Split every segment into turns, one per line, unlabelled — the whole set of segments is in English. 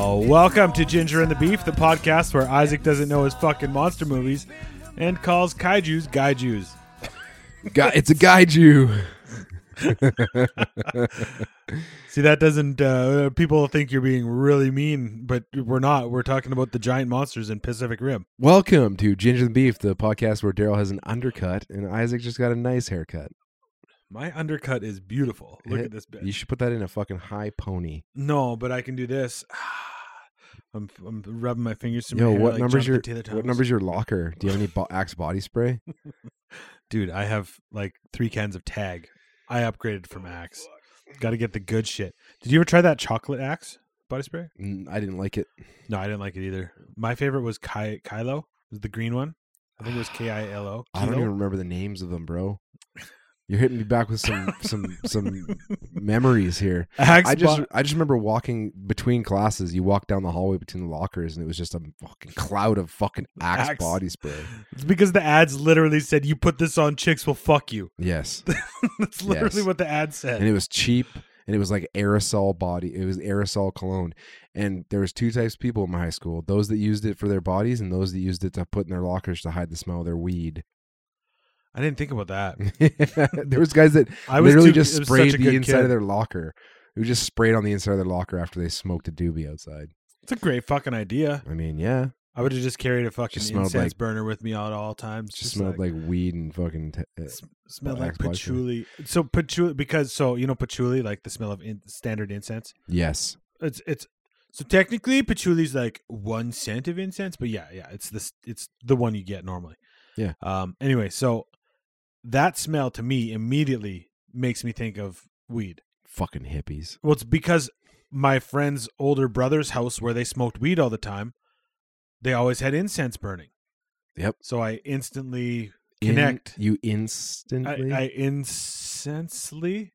Oh, welcome to Ginger and the Beef, the podcast where Isaac doesn't know his fucking monster movies and calls kaiju's gaijus.
Guy, it's a gaiju.
See, that doesn't. Uh, people think you're being really mean, but we're not. We're talking about the giant monsters in Pacific Rim.
Welcome to Ginger and Beef, the podcast where Daryl has an undercut and Isaac just got a nice haircut.
My undercut is beautiful. Look
Yeah,
at this bit.
You should put that in a fucking high pony.
no, but I can do this. I'm, I'm rubbing my fingers. through my
Yo,
hair
what
like
number's your
Jonathan Taylor
what
Thomas.
number's your locker? Do you have any bo- Axe body spray?
dude? I have like three cans of Tag. I upgraded from Axe. Got to get the good shit. Did you ever try that chocolate Axe body spray?
Mm, I didn't like it.
No, I didn't like it either. My favorite was Ky- Kylo, was the green one. I think it was K I L O.
I don't even remember the names of them, bro. You're hitting me back with some some some memories here.
Axe
I just
bo-
I just remember walking between classes. You walked down the hallway between the lockers, and it was just a fucking cloud of fucking axe,
Axe.
body spray.
It's because the ads literally said, "You put this on, chicks will fuck you."
Yes,
That's literally
Yes.
what the ad said.
and it was cheap, and it was like aerosol body. It was aerosol cologne, and there was two types of people in my high school: those that used it for their bodies, and those that used it to put in their lockers to hide the smell of their weed.
I didn't think about that.
there was guys that
I was
literally
too-
just
it was such
sprayed
a
the
good
inside of
kid.
their locker. Who just sprayed on the inside of their locker after they smoked a doobie outside?
It's a great fucking idea.
I mean, yeah,
I would have just carried a fucking
Just smelled
incense
like-
burner with me at all times.
just, smelled like, weed and fucking. T- uh,
s- smelled
Well,
like
Axe body spray.
patchouli. So patchouli because so you know patchouli like the smell of in- standard incense.
yes,
It's it's so technically patchouli's like one scent of incense, but yeah, yeah, it's this it's the one you get normally.
Yeah.
Um anyway, so that smell to me immediately makes me think of weed.
fucking hippies.
Well, it's because my friend's older brother's house where they smoked weed all the time, they always had incense burning.
Yep.
So I instantly
In-
Connect.
you
I,
instantly.
I insensely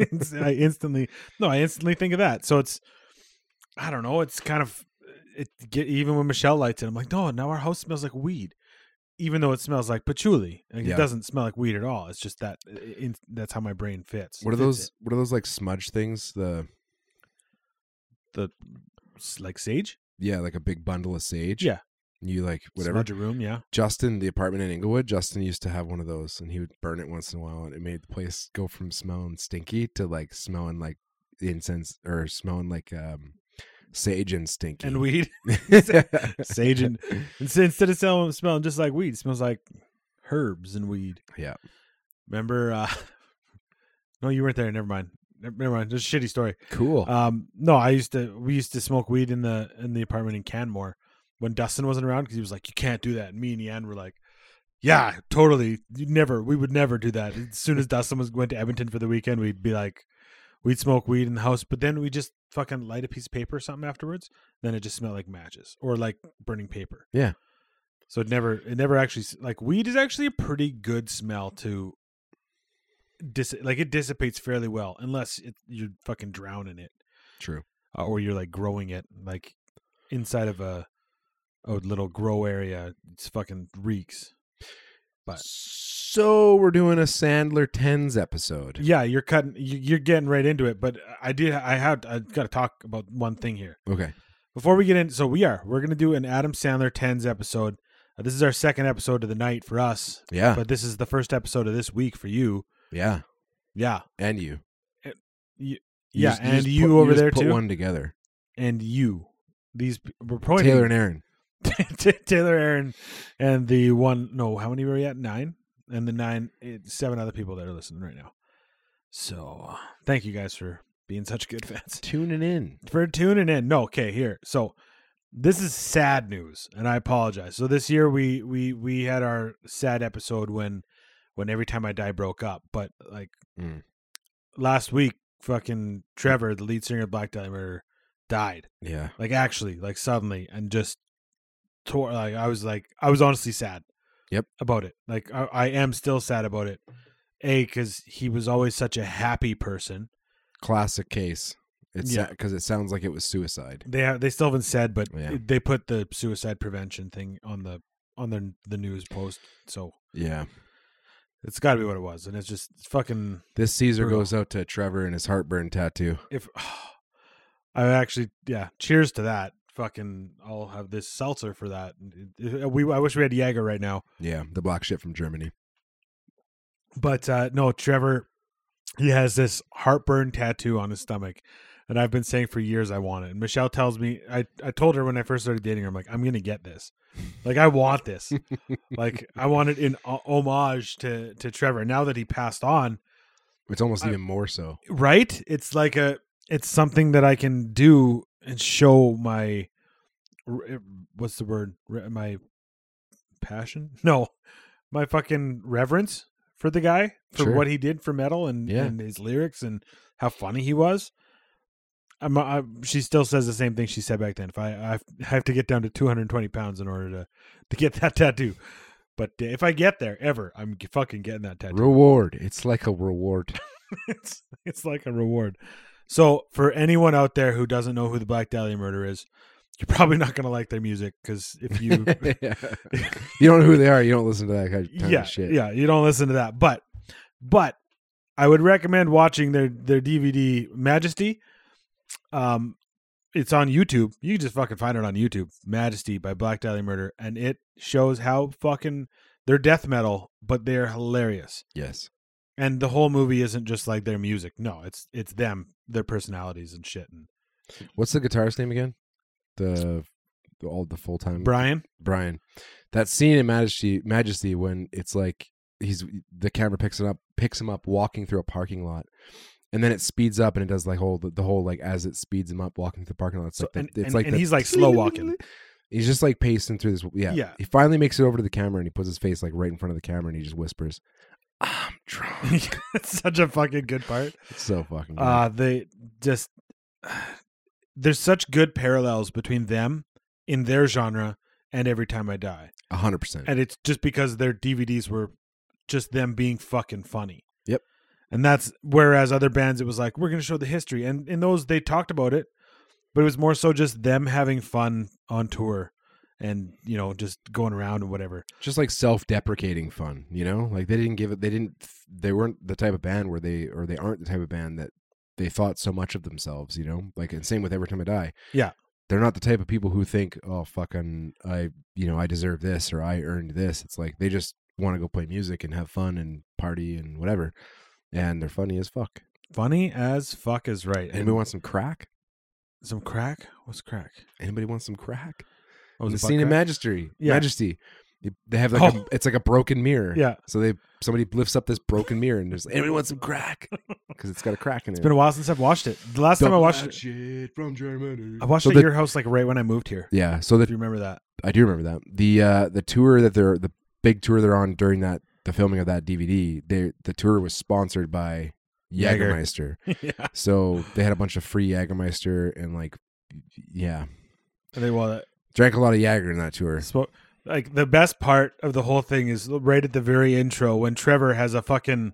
I instantly no, I instantly think of that. So it's I don't know, it's kind of it get even when Michelle lights it, I'm like, no, now our house smells like weed. Even though it smells like patchouli. Like,
Yeah.
It doesn't smell like weed at all. It's just that in, that's how my brain fits.
what are
fits
those?
it.
What are those like smudge things? The
S- Like sage?
yeah, like a big bundle of sage.
Yeah.
You like whatever.
Smudge a room, yeah.
Justin, the apartment in Inglewood, Justin used to have one of those, and he would burn it once in a while, and it made the place go from smelling stinky to like smelling like incense or smelling like um sage and stinky.
And weed. sage and and so instead of smelling, smelling just like weed, it smells like herbs and weed.
Yeah.
Remember? Uh, no, you weren't there. Never mind. Never never mind. Just a shitty story.
cool.
Um, no, I used to. We used to smoke weed in the in the apartment in Canmore when Dustin wasn't around because he was like, "You can't do that." And me and Ian were like, "Yeah, totally. You never. We would never do that." As soon as Dustin was went to Edmonton for the weekend, we'd be like, we'd smoke weed in the house, but then we just fucking light a piece of paper or something afterwards. Then it just smelled like matches or like burning paper.
Yeah.
So it never, it never actually s- like weed is actually a pretty good smell to. Dis- like it dissipates fairly well unless it, you're fucking drowning it
True.
uh, or you're like growing it like inside of a a little grow area. It's fucking reeks. But-
So we're doing a Sandler tens episode.
Yeah, you're cutting. you- You're getting right into it. But I did. I had. I got to talk about one thing here
Okay.
before we get in. So we are. We're gonna do an Adam Sandler tens episode. Uh, this is our second episode of the night for us,
Yeah.
but this is the first episode of this week for you.
yeah.
Yeah,
And you.
Y-
You
yeah,
just-
and
just
you
put-
over
just
there
put
too?
One together.
and you. These p- we're pointing
Taylor and Aaron.
T- Taylor Aaron and the one no, how many were we at? Nine? And the nine it, seven other people that are listening right now. So uh, thank you guys for being such good fans.
Tuning in.
For tuning in. No, okay, here. So this is sad news, and I apologize. So this year we we we had our sad episode when when every time I die broke up, but like
Mm.
last week, fucking Trevor, the lead singer of Black Dahlia Murder, died
Yeah.
like actually like suddenly and just tore like i was like i was honestly sad
Yep.
about it like i, I am still sad about it a because he was always such a happy person
Classic case. It's
Yeah.
because it sounds like it was suicide.
they have they still haven't said but
Yeah.
they put the suicide prevention thing on the on their the news post so
Yeah.
it's got to be what it was and it's just fucking
This Caesar
Brutal.
goes out to Trevor and his heartburn tattoo.
if I actually, yeah. Cheers to that. Fucking, I'll have this seltzer for that. It- it- We, I wish we had Jaeger right now,
Yeah, the black shit from Germany.
but uh no, Trevor, he has this heartburn tattoo on his stomach, and I've been saying for years I want it. And Michelle tells me, I, I told her when I first started dating her, I'm like, I'm gonna get this, like I want this, like I want it in ho- homage to to Trevor. Now that he passed on,
It's almost
I-
even more so.
right it's like a it's something that i can do and show my r- eh, what's the word Re- my passion no my fucking reverence for the guy for
Sure.
what he did for metal and,
Yeah.
and his lyrics and how funny he was I'm, I, she still says the same thing she said back then if I, I have to get down to 220 pounds in order to to get that tattoo but if i get there ever i'm g- fucking getting that tattoo
Reward. It's like a reward.
it's it's like a reward. So for anyone out there who doesn't know who the Black Dahlia Murder is, you're probably not going to like their music because if you
Yeah. you don't know who they are. You don't listen to that kind of
yeah
shit.
yeah you don't listen to that, but but I would recommend watching their their DVD Majesty. Um, it's on YouTube. You can just fucking find it on YouTube. Majesty by Black Dahlia Murder, and it shows how fucking they're death metal, but they're hilarious.
Yes.
and the whole movie isn't just like their music no it's it's them their personalities and shit and
What's the guitarist name again? The the all the full time
brian
Brian. That scene in Majesty Majesty when it's like he's the camera picks him up picks him up walking through a parking lot. And then it speeds up and it does like whole the, the whole like as it speeds him up walking through the parking lot. It's
So-
like the-
and-
it's
and-
like
and
the-
he's, like, slow walking.
He's just like pacing through this. Yeah.
Yeah.
He finally makes it over to the camera and he puts his face like right in front of the camera and he just whispers, "I'm drunk."
it's such a fucking good part
it's so fucking. Good.
uh they just there's such good parallels between them in their genre and every time i die
A hundred percent.
and it's just because their dvds were just them being fucking funny
Yep.
and that's whereas other bands it was like we're gonna show the history and in those they talked about it but it was more so just them having fun on tour and you know just going around and whatever
Just like self-deprecating fun, you know. Like they didn't give it. They didn't. They weren't the type of band where they or they aren't the type of band that they thought so much of themselves, you know. Like and same with Every Time I Die.
Yeah.
They're not the type of people who think, "Oh, fucking, I, you know, I deserve this or I earned this." It's like they just want to go play music and have fun and party and whatever, and they're funny as fuck.
funny as fuck is right and
Anybody want some crack?
some crack what's crack
Anybody want some crack?
oh,
the
is it butt
scene in
crack?
Majesty,
Yeah.
Majesty, they- they have like
Oh.
a, it's like a broken mirror.
yeah
So they somebody lifts up this broken mirror and there's like, anybody want some crack? Because it's got a crack in it.
it's been a while since i've watched it the last time i watched it
Shit from Germany.
i watched
So
it
the-
at your house like right when i moved here
Yeah. So
if
the
you remember that
I do remember that the uh, the tour that they're the big tour they're on during that the filming of that DVD. They the tour was sponsored by
Jaeger.
Jägermeister.
yeah
so they had a bunch of free Jägermeister and like yeah,
they well
drank a lot of Jaeger in that tour.
Spo- like the best part of the whole thing is right at the very intro when Trevor has a fucking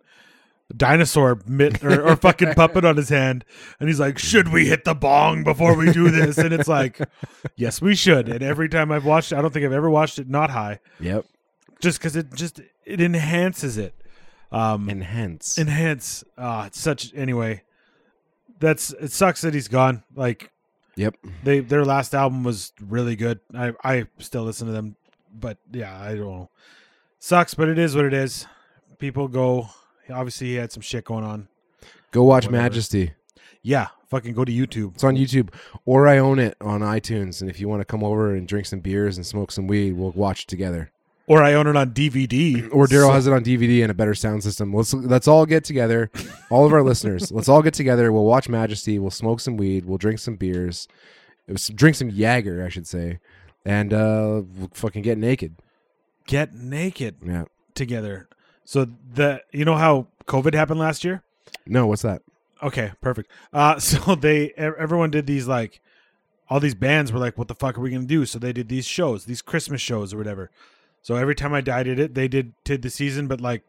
dinosaur mitt or, or fucking puppet on his hand and he's like should we hit the bong before we do this and it's like yes we should and every time i've watched it i don't think i've ever watched it not high
Yep.
just because it just it enhances it um
And hence
enhance ah it's such anyway that's it sucks that he's gone like
Yep.
they their last album was really good. I I still listen to them, but yeah, I don't know. Sucks, but it is what it is. People go. Obviously, he had some shit going on.
Go watch
Whatever.
Majesty.
Yeah, fucking go to YouTube.
It's on YouTube, or I own it on iTunes. And if you want to come over and drink some beers and smoke some weed, we'll watch it together.
Or I own it on DVD.
Or Daryl
So-
has it on DVD and a better sound system. Let's let's all get together, all of our listeners. Let's all get together. We'll watch Majesty. We'll smoke some weed. We'll drink some beers. It was- drink some Jaeger, I should say, and uh, we'll fucking get naked.
get naked
Yeah.
together. So the you know how COVID happened last year.
No, what's that?
Okay, perfect. Uh, so they e- everyone did these like all these bands were like, "What the fuck are we gonna do?" So they did these shows, these Christmas shows or whatever. So every time I died, did it. They did did the season, but like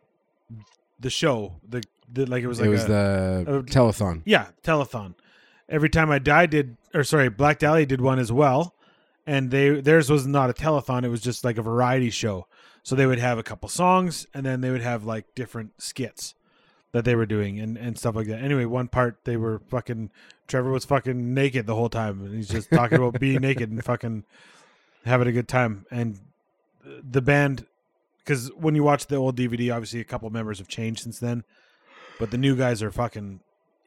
the show, the, the like it was
It was,
like a,
the
a-
telethon.
yeah telethon. Every time I died, did or sorry, Black Dahlia did one as well, and they theirs was not a telethon. It was just like a variety show. So they would have a couple songs, and then they would have like different skits. that they were doing and, and stuff like that. Anyway, one part they were fucking Trevor was fucking naked the whole time and he's just talking about being naked and fucking having a good time and the band cuz when you watch the old DVD obviously a couple members have changed since then but the new guys are fucking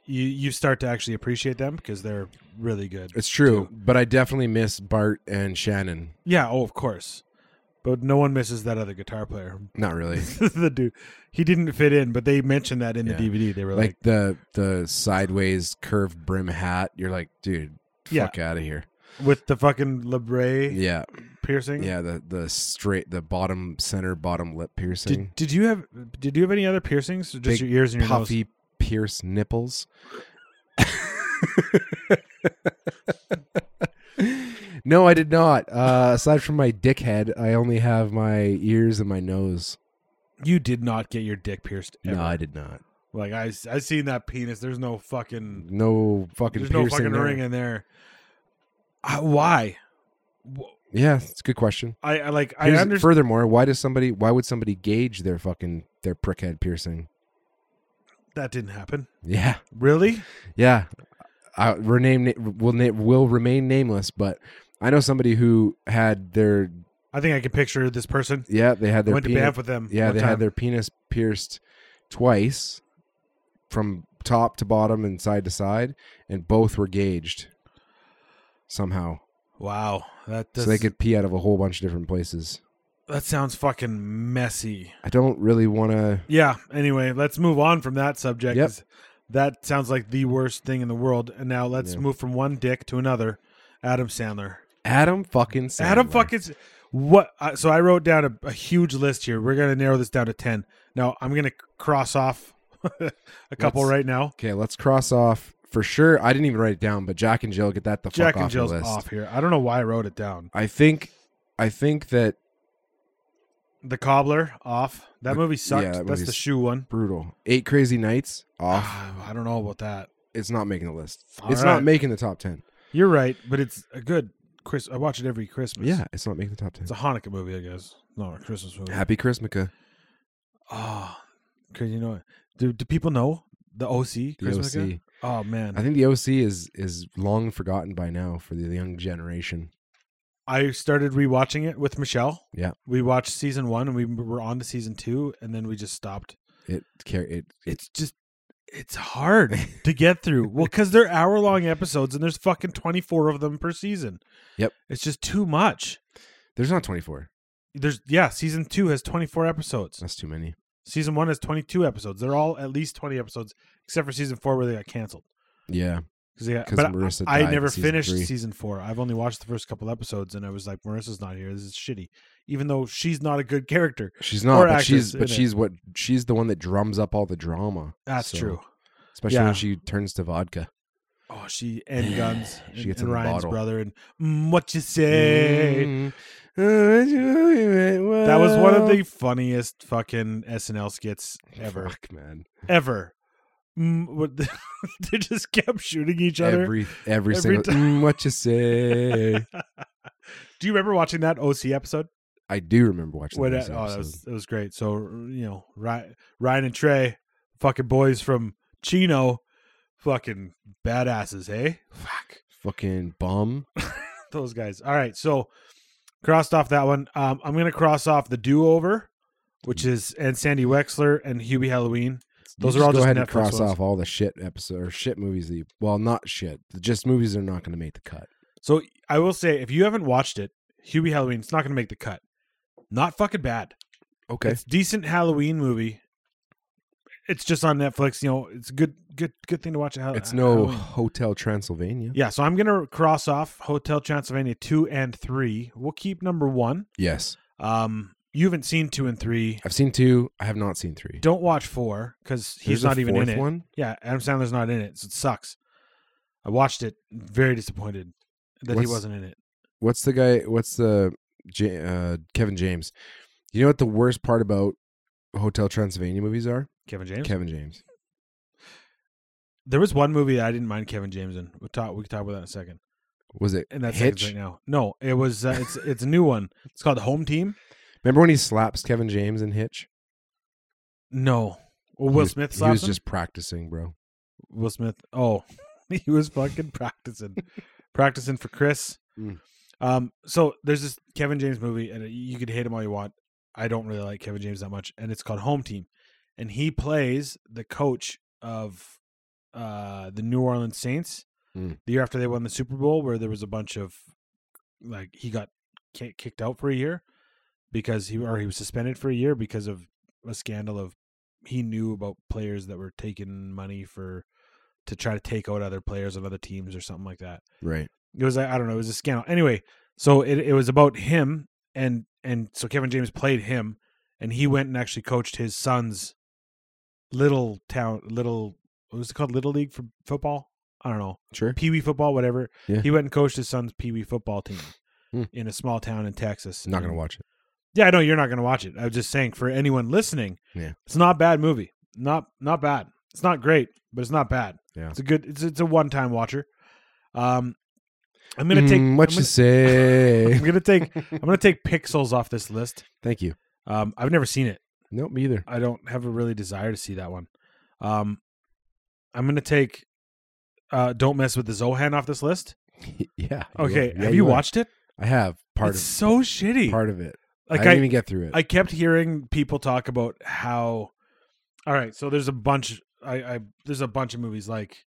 you you start to actually appreciate them because they're really good.
It's true, but I definitely miss Bart and Shannon.
Yeah, oh of course. But no one misses that other guitar player.
Not really.
the dude he didn't fit in, but they mentioned that in
Yeah.
the DVD. They were like,
like the the sideways curved brim hat. You're like, dude,
Yeah.
fuck out of here.
with the fucking labret
Yeah,
piercing.
yeah. The the straight the bottom center bottom lip piercing,
Did, did you have did you have any other piercings or just
Big
your ears and your nose?
puffy pierced nipples. no, I did not. Uh, aside from my dickhead, I only have my ears and my nose.
You did not get your dick pierced. Ever.
No, I did not.
Like I I seen that penis. There's no fucking
No fucking
there's
piercing.
no fucking
there.
ring in there. I, why? Wh-
Yeah, it's a good question.
I, I like I
Here's-
understand.
Furthermore, why does somebody? Why would somebody gauge their fucking their prickhead piercing?
that didn't happen.
Yeah,
Really?
yeah. I rename will na- will remain nameless, but I know somebody who had their
I think I can picture this person.
yeah they had
I
their
went to
penis-
Banff with them.
yeah
one
they
time.
had their penis pierced twice from top to bottom and side to side, and both were gauged somehow,
Wow, that does,
so they could pee out of a whole bunch of different places.
that sounds fucking messy.
I don't really want to.
Yeah. Anyway, let's move on from that subject.
Yep.
'cause That sounds like the worst thing in the world. And now let's
Yeah.
move from one dick to another. Adam Sandler.
Adam fucking Sandler.
Adam fucking. S- What? Uh, so I wrote down a, a huge list here. We're gonna narrow this down to ten. Now I'm gonna c- cross off a couple
Let's-
right now.
Okay, let's cross off for sure. I didn't even write it down, but Jack and Jill get that the
Jack
fuck
and
off
Jill's
the list.
off here. I don't know why I wrote it down.
I think, I think that
The Cobbler off. That movie sucked.
that
That's the
movie's-
shoe one.
brutal. Eight Crazy Nights off.
Ah, I don't know about that.
It's not making the list.
All
it's
right.
not making the top ten.
You're right, but it's a good. Chris, I watch it every Christmas.
Yeah, it's not making the top ten.
It's a Hanukkah movie, I guess. Not a Christmas movie.
Happy Christmas,
Oh, cause you know, do do people know the OC?
the
Christmas
OC.
Oh man,
I think the OC is is long forgotten by now for the young generation.
I started rewatching it with Michelle.
Yeah.
we watched season one, and we were on to season two, and then we just stopped.
It care it, it
It's just, it's hard to get through. Well, because they're hour long episodes, and there's fucking twenty four of them per season.
Yep.
it's just too much.
there's not twenty four.
There's yeah, season two has twenty four episodes.
That's too many.
Season one has twenty two episodes. They're all at least twenty episodes, except for season four where they got canceled.
Yeah,
'Cause they got-
because
but I-
Marissa.
I
died in
never
season
finished
three.
season four. I've only watched the first couple episodes, and I was like, Marissa's not here. This is shitty. Even though she's not a good character,
She's not,
or
but
actress
she's
in
but
it.
she's what she's the one that drums up all the drama.
that's
So-
true.
especially
Yeah.
when she turns to vodka.
Oh, she and guns.
She
and-
gets
and
in the
Ryan's
bottle. Mm.
brother and mm, what you say.
That
That was one of the funniest fucking SNL skits ever,
Oh. Fuck, man.
ever. Mm, what the- they just kept shooting each other.
Every every
Every
single "Mm, what you say.
Do you remember watching that OC episode?
I do remember watching
What?
that.
oh, that was that was great. So you know, Ryan, Ryan and Trey, fucking boys from Chino, fucking badasses. Hey, fuck
fucking bum.
those guys. All right, so crossed off that one. Um, I'm gonna cross off the Do Over,
Mm.
which is and Sandy Wexler and Hubie Halloween. Those
You
are all
go
just
ahead and
Netflix
cross
ones.
off all the shit episode or shit movies that you, well, not shit, just movies that are not going to make the cut.
So I will say, if you haven't watched it, Hubie Halloween, it's not gonna make the cut. Not fucking bad.
Okay,
It's decent Halloween movie. It's just on Netflix. You know, it's a good, good, good thing to watch. at Hal-
it's no
Halloween.
Hotel Transylvania.
Uh, Yeah, so I'm gonna cross off Hotel Transylvania two and three. We'll keep number one.
Yes,
Um, you haven't seen two and three.
I've seen two. I have not seen three.
Don't watch four because he's
There's a
not even in
fourth
it.
One.
Yeah, Adam Sandler's not in it, so it sucks. I watched it, very disappointed that
What's-
he wasn't in it.
what's the guy what's the J- uh, kevin james you know what the worst part about hotel transylvania movies are
Kevin James.
kevin james
there was one movie that I didn't mind Kevin James in. We'll talk. We can talk about that in a second.
was it
And that's
hitch
right now. No, it was. Uh, it's it's a new one. It's called Home Team.
remember when he slaps kevin james in hitch
No, Well,
He
Will
was-
Smith
He was
slaps him.
just practicing, bro.
Will Smith. Oh, he was fucking practicing, practicing for Chris.
Mm.
Um, so there's this Kevin James movie, and you could hate him all you want. I don't really like Kevin James that much, and it's called Home Team, and he plays the coach of uh the New Orleans Saints
Mm.
the year after they won the Super Bowl, where there was a bunch of like he got ki- kicked out for a year because he or he was suspended for a year because of a scandal of he knew about players that were taking money for to try to take out other players on other teams or something like that.
Right.
It was I don't know, it was a scandal. Anyway, so it it was about him and and so Kevin James played him and he went and actually coached his son's little town little what was it called little league for football? I don't know.
Sure.
Pee wee football, whatever.
Yeah.
He went and coached his son's pee wee football team
Hmm.
in a small town in Texas.
Not gonna
And-
watch it.
yeah, I know you're not going to watch it. I was just saying for anyone listening,
Yeah.
it's not a bad movie. Not not bad. It's not great, but it's not bad.
Yeah.
it's a good. It's it's a one time watcher. Um, I'm gonna take.
Mm, what
I'm
you
gonna,
say.
I'm gonna take. I'm gonna take Pixels off this list.
Thank you.
Um, I've never seen it.
Nope, me either.
I don't have a really desire to see that one. Um, I'm gonna take. Uh, don't mess with the Zohan off this list.
Oh, yeah. are.
Okay,
Yeah,
have you
are.
watched it?
I have part
it's
of
so shitty.
part of it.
like
I didn't even get through it.
I kept hearing people talk about how. All right, so there's a bunch. I, I there's a bunch of movies like,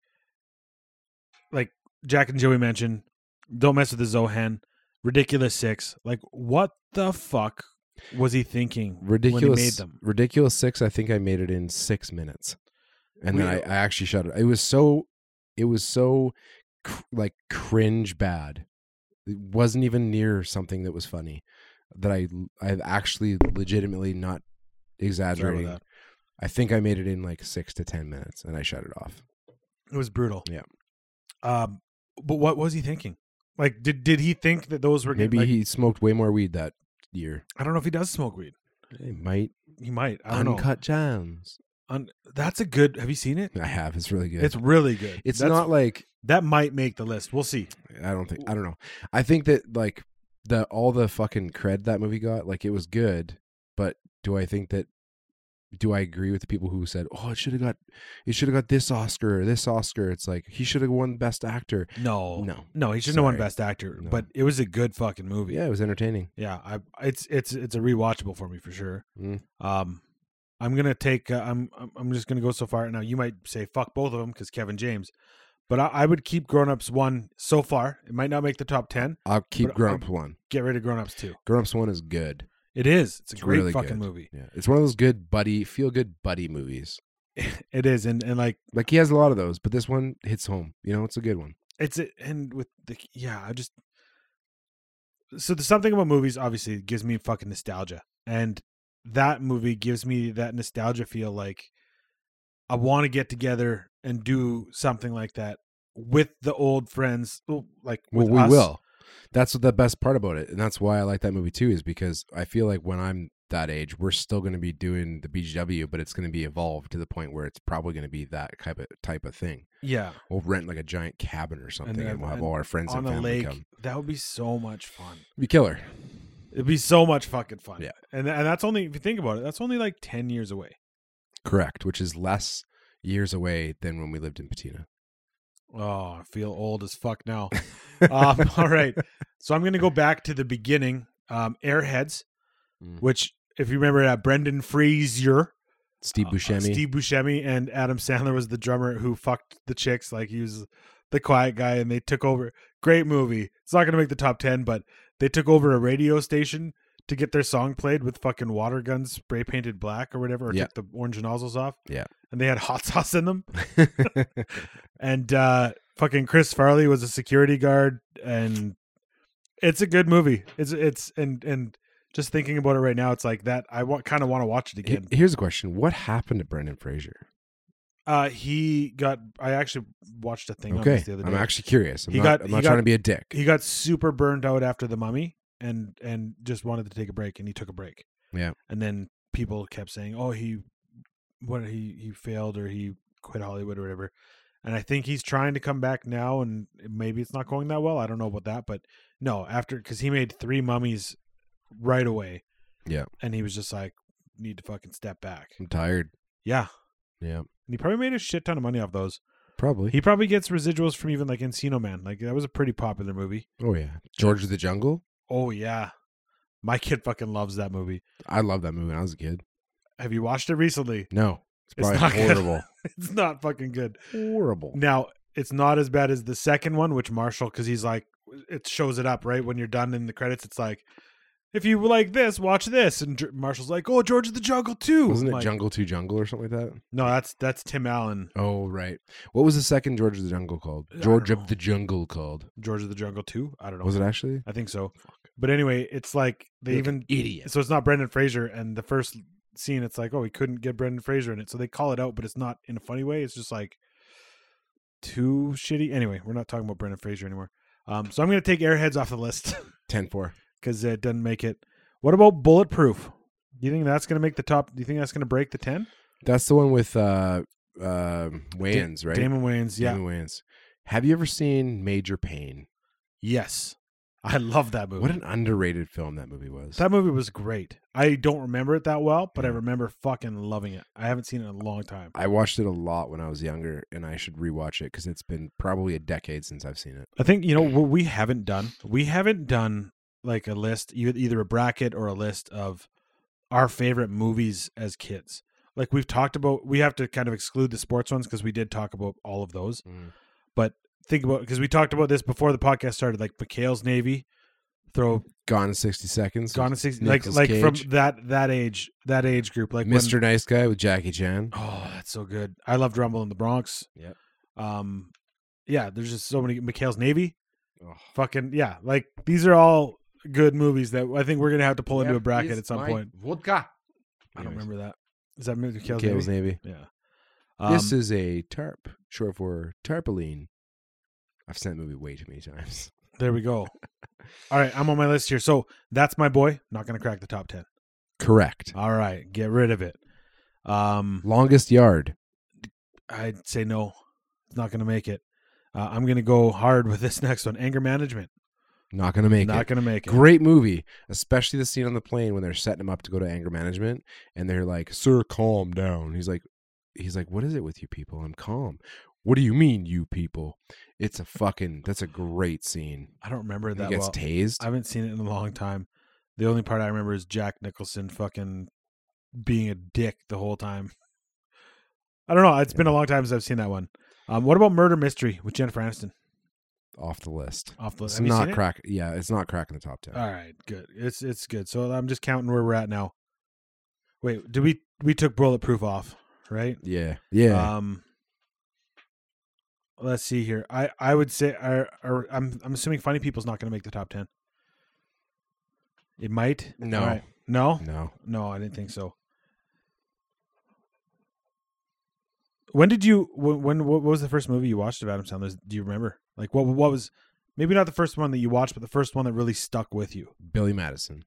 like Jack and Joey mentioned, "Don't Mess with the Zohan," "Ridiculous Six. Like, what the fuck was he thinking? When
ridiculous.
he made them.
Ridiculous six. I think I made it in six minutes, and then I,
We-
I actually shut it. It was so. It was so, cr- like cringe bad. It wasn't even near something that was funny. That I I've actually legitimately not exaggerating.
that.
I think I made it in like six to ten minutes, and I shut it off.
It was brutal.
Yeah.
Um, but what was he thinking? Like, did did he think that those were gonna-
Maybe
like,
he smoked way more weed that year.
I don't know if he does smoke weed.
It might
He might. I don't know.
uncut jams.
Un- that's a good. Have you seen it?
I have. It's really good.
It's really good.
it's
That's-
not like
that might make the list. We'll see.
I don't think I don't know. I think that like the all the fucking cred that movie got, like it was good, but do I think that do I agree with the people who said, "Oh, it should have got it should have got this Oscar or this Oscar." It's like he should have won best actor.
No,
No.
no, he shouldn't have won
Sorry.
Best Actor,
No.
but it was a good fucking movie.
Yeah, it was entertaining.
yeah. I, it's it's it's a rewatchable for me for sure.
Mm.
Um, I'm gonna take. Uh, I'm I'm- I'm just gonna go so far now. You might say fuck both of them because Kevin James, but I, I would keep Grown Ups one so far. It might not make the top ten.
I'll keep
But
Grown Ups 1.
Get rid of Grown Ups two.
Grown Ups 1 is good.
It is. It's a
It's
great
really
fucking
good.
movie.
Yeah. It's one of those good buddy, feel good buddy movies.
It is, and and like
Like he has a lot of those, but this one hits home. You know, it's a good one.
it's a- and with the yeah i just so there's something about movies obviously it gives me fucking nostalgia and that movie gives me that nostalgia feel like i want to get together and do something like that with the old friends well, like
Well,
with
we
us.
will. That's what the best part about it, and that's why I like that movie too. Is because I feel like when I'm that age, we're still going to be doing the BGW, but it's going to be evolved to the point where it's probably going to be that type of type of thing.
yeah
We'll rent like a giant cabin or something, and,
then-
we'll have
and
all our friends
on
and
a
family
lake
come.
that would be so much fun
Be killer.
it'd be so much fucking fun
Yeah.
and, and that's only if you think about it that's only like 10 years away
Correct, which is less years away than when we lived in Patina.
oh i feel old as fuck now um, all right. So I'm going to go back to the beginning. Um, Airheads,
Mm.
which, if you remember, uh, Brendan Fraser,
Steve
uh,
Buscemi.
Steve Buscemi, and Adam Sandler was the drummer who fucked the chicks. Like he was the quiet guy, and they took over. Great movie. It's not going to make the top ten, but they took over a radio station to get their song played with fucking water guns spray painted black or whatever, or
Yeah.
took the orange nozzles off.
Yeah.
and they had hot sauce in them and uh fucking Chris Farley was a security guard and it's a good movie. It's it's and and just thinking about it right now it's like that I want kind of want to watch it
Here-
again.
Here's a question: What happened to Brendan Fraser?
Uh he got I actually watched a thing on
Okay,
this the other day.
I'm actually curious. I'm
He
not,
got-
I'm
he
not
got-
trying to be a dick.
he got super burned out after the mummy and and just wanted to take a break and he took a break.
Yeah.
And then people kept saying, "Oh, he what he he failed or he quit Hollywood or whatever." And I think he's trying to come back now and maybe it's not going that well. I don't know about that, but no, after cuz he made 3 mummies right away.
Yeah.
And he was just like need to fucking step back.
I'm tired.
Yeah.
Yeah,
And he probably made a shit ton of money off those.
probably.
He probably gets residuals from even like Encino Man. Like that was a pretty popular movie.
oh yeah, George of the Jungle.
Oh yeah. My kid fucking loves that movie.
I loved that movie when I was a kid.
Have you watched it recently?
No, it's
It's
probably
not good.
horrible.
It's not fucking good.
horrible.
Now, it's not as bad as the second one, which Marshall, because he's like, it shows it up right when you're done in the credits. It's like, if you like this, watch this. And Dr- Marshall's like, oh, George of the Jungle too.
Wasn't it
I'm like,
Jungle Two Jungle or something like that?
No, that's that's Tim Allen,
Oh right. What was the second George of the Jungle called?
I don't
George
know.
of the Jungle called.
George of the Jungle too. I don't know.
Was it actually?
I think so. But anyway, it's like they
You're
even
an idiot.
so it's not Brendan Fraser. And the first scene, it's like, oh, we couldn't get Brendan Fraser in it, so they call it out, but it's not in a funny way. It's just like too shitty. Anyway, we're not talking about Brendan Fraser anymore. Um, so I'm gonna take Airheads off the list
Ten four.
because it doesn't make it. What about Bulletproof? Do you think that's gonna make the top? Do you think that's gonna break the ten?
That's the one with uh, uh, Wayans, right?
Damon Wayans, yeah,
Damon Wayans. Have you ever seen Major Pain?
yes, I love that movie.
What an underrated film that movie was.
That movie was great. I don't remember it that well, but I
Yeah.
remember fucking loving it. I haven't seen it in a long time.
I watched it a lot when I was younger, and I should rewatch it because it's been probably a decade since I've seen it.
I think you know what we haven't done. We haven't done like a list, e- either a bracket or a list of our favorite movies as kids. Like we've talked about, we have to kind of exclude the sports ones because we did talk about all of those. Think about because we talked about this before the podcast started. Like McHale's Navy, throw
Gone in sixty seconds.
Gone in sixty, like
Nicolas
like from
Cage.
that that age that age group. Like when-
Mr. Nice Guy with Jackie Chan.
Oh, that's so good. I loved Rumble in the Bronx.
Yep.
Um, yeah, there's just so many. McHale's Navy.
Ugh.
Fucking, yeah. Like, these are all good movies that I think we're going to have to pull into a bracket at some point.
Vodka.
I don't
Anyways,
remember that. Is that McHale's,
Kale's
Navy?
Navy.
Yeah. Um,
this is a tarp, short for tarpaulin. I've seen that movie way too many times.
there we go. All right, I'm on my list here. So that's my boy. Not going to crack the top 10.
Correct.
All right, get rid of it. Um,
Longest yard.
I'd say no. It's not going to make it. Uh, I'm going to go hard with this next one. Anger management.
Not gonna make
not
it.
going to make it.
Great movie, especially the scene on the plane when they're setting him up to go to anger management, and they're like, "Sir, calm down." He's like, "He's like, what is it with you people? I'm calm. What do you mean, you people? It's a fucking. That's a great scene.
I don't remember
And He
that
gets
well.
tased.
I haven't seen it in a long time. The only part I remember is Jack Nicholson fucking being a dick the whole time. I don't know. It's been a long time since I've seen that one. Um, what about Murder Mystery with Jennifer Aniston?
Off the list.
Off the list.
It's
Have you seen
not
it?
crack. Yeah, it's not cracking the top ten.
All right, good. It's it's good. So I'm just counting where we're at now. Wait, did we we took Bulletproof off, right?
Yeah, yeah.
Um, let's see here. I I would say I, I I'm I'm assuming Funny People's not going to make the top ten. It might.
No.
All right. No.
no,
No, I didn't think so. When did you? When, when what was the first movie you watched of Adam Sandler's? Do you remember? Like what? What was? Maybe not the first one that you watched, but the first one that really stuck with you.
Billy Madison.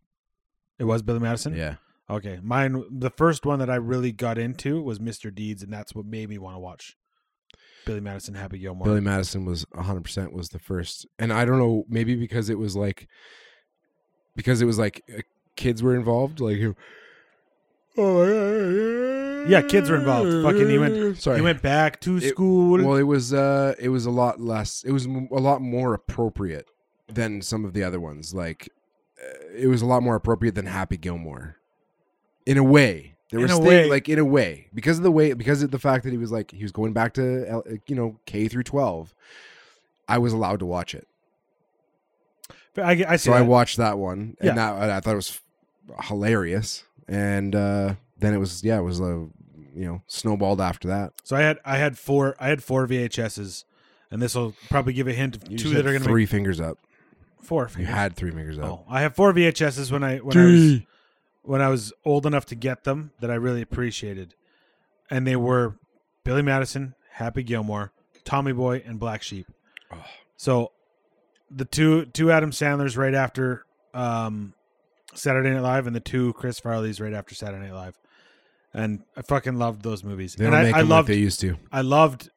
It was Billy Madison.
Yeah,
Okay, mine. The first one that I really got into was Mr. Deeds, and that's what made me want to watch Billy Madison, Happy Gilmore.
Billy Madison was 100 percent was the first, and I don't know, maybe because it was like, because it was like uh, kids were involved, like. who- Oh
Yeah, kids were involved. Fucking, he went-
Sorry,
He went back to
It-
school.
Well, it was uh, it was a lot less. It was m- a lot more appropriate than some of the other ones. Like, uh, it was a lot more appropriate than Happy Gilmore, in a way. There
In
was
a
thing-
way.
like in a way because of the way because of the fact that he was like he was going back to L- uh, you know K through twelve. I was allowed to watch it,
But I, I see.
so I
that.
watched that one, and
Yeah.
that I I thought it was f- hilarious. And uh, then it was yeah, it was uh, you know snowballed after that.
so I had I had four I had four VHSs, and this will probably give a hint of
You
two
just
that
had
are going to
three fingers up.
make four.
You
fingers.
had three fingers up.
Oh, I have four VHSs when I when I was, when I was old enough to get them that I really appreciated, and they were Billy Madison, Happy Gilmore, Tommy Boy, and Black Sheep.
Oh.
So the two two Adam Sandlers right after um, Saturday Night Live, and the two Chris Farley's right after Saturday Night Live. And I fucking loved those movies.
They
and
don't
I,
make
I
them
loved
like they used to.
I loved,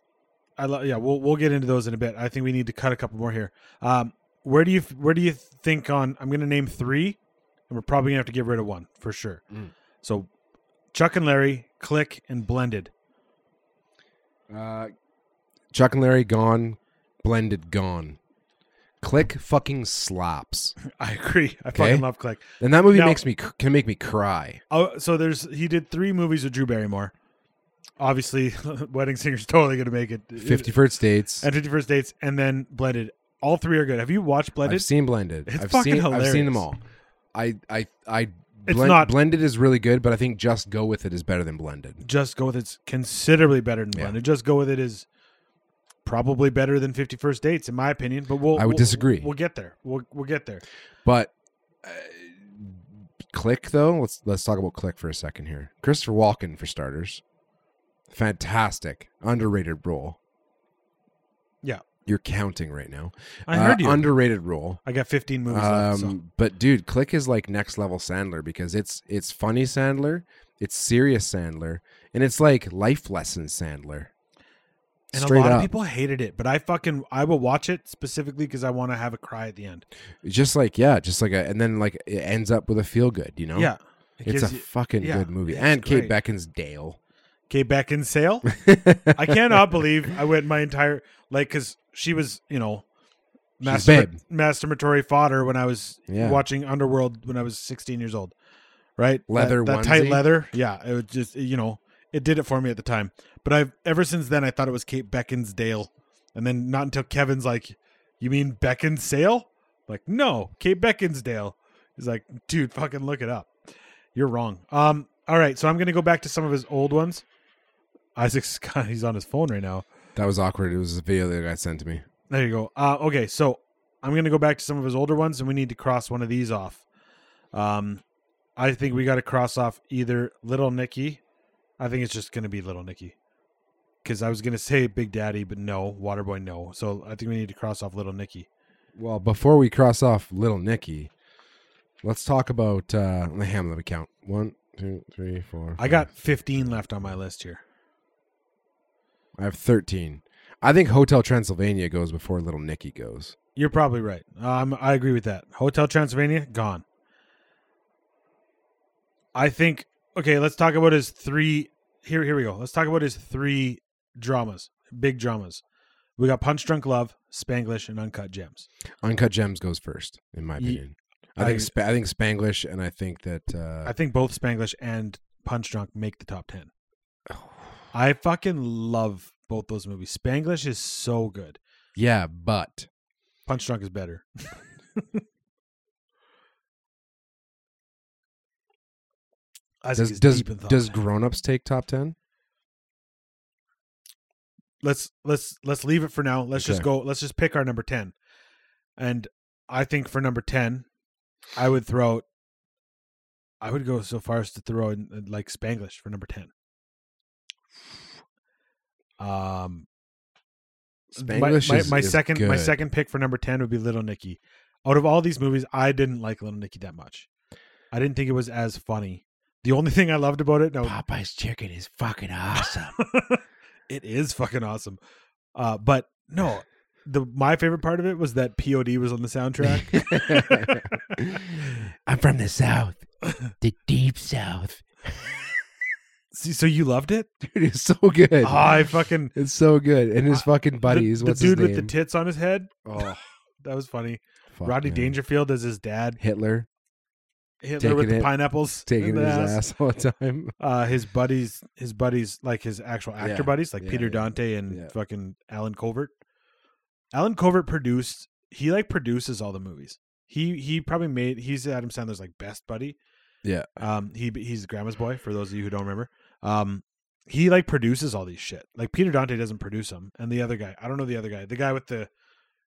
I love. Yeah, we'll we'll get into those in a bit. I think we need to cut a couple more here. Um, where do you where do you think on? I'm gonna name three, and we're probably gonna have to get rid of one for sure.
Mm.
So, Chuck and Larry, Click, and Blended.
Uh, Chuck and Larry gone, blended gone. Click fucking slaps,
I agree. I
Okay.
fucking love Click.
and that movie
Now-
makes me cr- can make me cry.
Oh, so there's he did three movies with Drew Barrymore. Obviously, Wedding Singer's totally gonna make it.
Fifty First Dates.
and Fifty First Dates, and then Blended. All three are good. Have you watched Blended?
I've seen Blended.
It's
I've
fucking
seen I've seen them
hilarious.
all. I I I
It's
Blend-
not-
Blended is really good, but I think Just Go with It is better than Blended.
Just Go with It's considerably better than
Yeah.
Blended. Just Go with It is probably better than Fifty First Dates, in my opinion. But we'll
I would
we'll-
disagree.
We'll get there. We'll we'll get there.
But uh, Click though, let's let's talk about Click for a second here. Christopher Walken for starters, fantastic underrated role.
Yeah.
you're counting right now.
I
Uh,
heard you.
Underrated role.
I got 15 movies left. So.
Um, but dude, Click is like next level Sandler because it's it's funny Sandler, it's serious Sandler, and it's like life lesson Sandler.
And
Straight
a lot
up,
of people hated it, but I fucking I will watch it specifically because I want to have a cry at the end.
It's just like yeah, just like a, and then like it ends up with a feel good, you know?
Yeah, it
it's
gives
a
you-
fucking
yeah,
good movie,
it's
and Kate
great.
Beckinsdale.
okay back in sale. I cannot believe I went my entire like because she was you know
She's
masturba-
babe.
masturbatory fodder when I was
Yeah.
watching Underworld when I was 16 years old, right? That-
Leather
that, tight
onesie.
leather, yeah. It was just you know it did it for me at the time, but I've ever since then I thought it was Kate Beckinsdale, and then not until Kevin's like, you mean Beckinsale? Like no, Kate Beckinsdale. He's like, dude, fucking look it up. You're wrong. Um, all right, so I'm gonna go back to some of his old ones. Isaac's he's on his phone right now.
That was awkward. It was a video that guy sent to me.
There you go. Uh, okay, so I'm gonna go back to some of his older ones, and we need to cross one of these off. Um, I think we got to cross off either Little Nicky. I think it's just gonna be Little Nicky, because I was gonna say Big Daddy, but no, Waterboy, no. So I think we need to cross off Little Nicky.
Well, before we cross off Little Nicky, let's talk about uh, the Hamlet account. One, two, three, four.
I got 15 left on my list here.
five. I have thirteen. I think Hotel Transylvania goes before Little Nicky goes.
You're probably right. Um, I agree with that. Hotel Transylvania gone. I think okay. Let's talk about his three. Here, here we go. Let's talk about his three dramas, big dramas. We got Punch Drunk Love, Spanglish, and Uncut Gems.
Uncut Gems goes first, in my
Ye-
opinion. I
I-
think Spa I think Spanglish, and I think that uh,
I think both Spanglish and Punch Drunk make the top ten. I fucking love both those movies. Spanglish is so good.
yeah, but
Punch Drunk is better. Isaac
does
is
does
deep in thought.
does Grown Ups take top ten?
let's let's let's leave it for now. Let's just
Okay.
go. Let's just pick our number ten. And I think for number ten, I would throw. out- I would go so far as to throw in uh, like Spanglish for number ten. Um, my-
Spanglish
my,
is-
my
is
second my
good.
second pick for number ten would be Little Nicky. Out of all these movies, I didn't like Little Nicky that much. I didn't think it was as funny. The only thing I loved about it, no,
Popeye's chicken is fucking awesome.
it is fucking awesome. Uh, but no, the my favorite part of it was that POD was on the soundtrack.
I'm from the South, the deep South.
See, so you loved it?
Dude, it's so good.
Oh, I fucking
it's so good. And his
I-
fucking buddies.
the, the
what's
dude
his
with
name?
the tits on his head.
oh,
That was funny.
fuck,
Rodney
man.
Dangerfield as his dad.
Hitler
Hitler
Taking
with the
it-
pineapples in
taking
the
his ass. all the time.
Uh, his buddies, his buddies, like his actual actor
Yeah,
buddies, like
yeah,
Peter
yeah,
Dante and
yeah.
fucking Alan Covert. Alan Covert produced. He like produces all the movies. He he probably made. He's Adam Sandler's like best buddy.
Yeah.
Um, he he's grandma's boy. For those of you who don't remember, um, he like produces all these shit. Like Peter Dante doesn't produce them, and the other guy, I don't know the other guy, the guy with the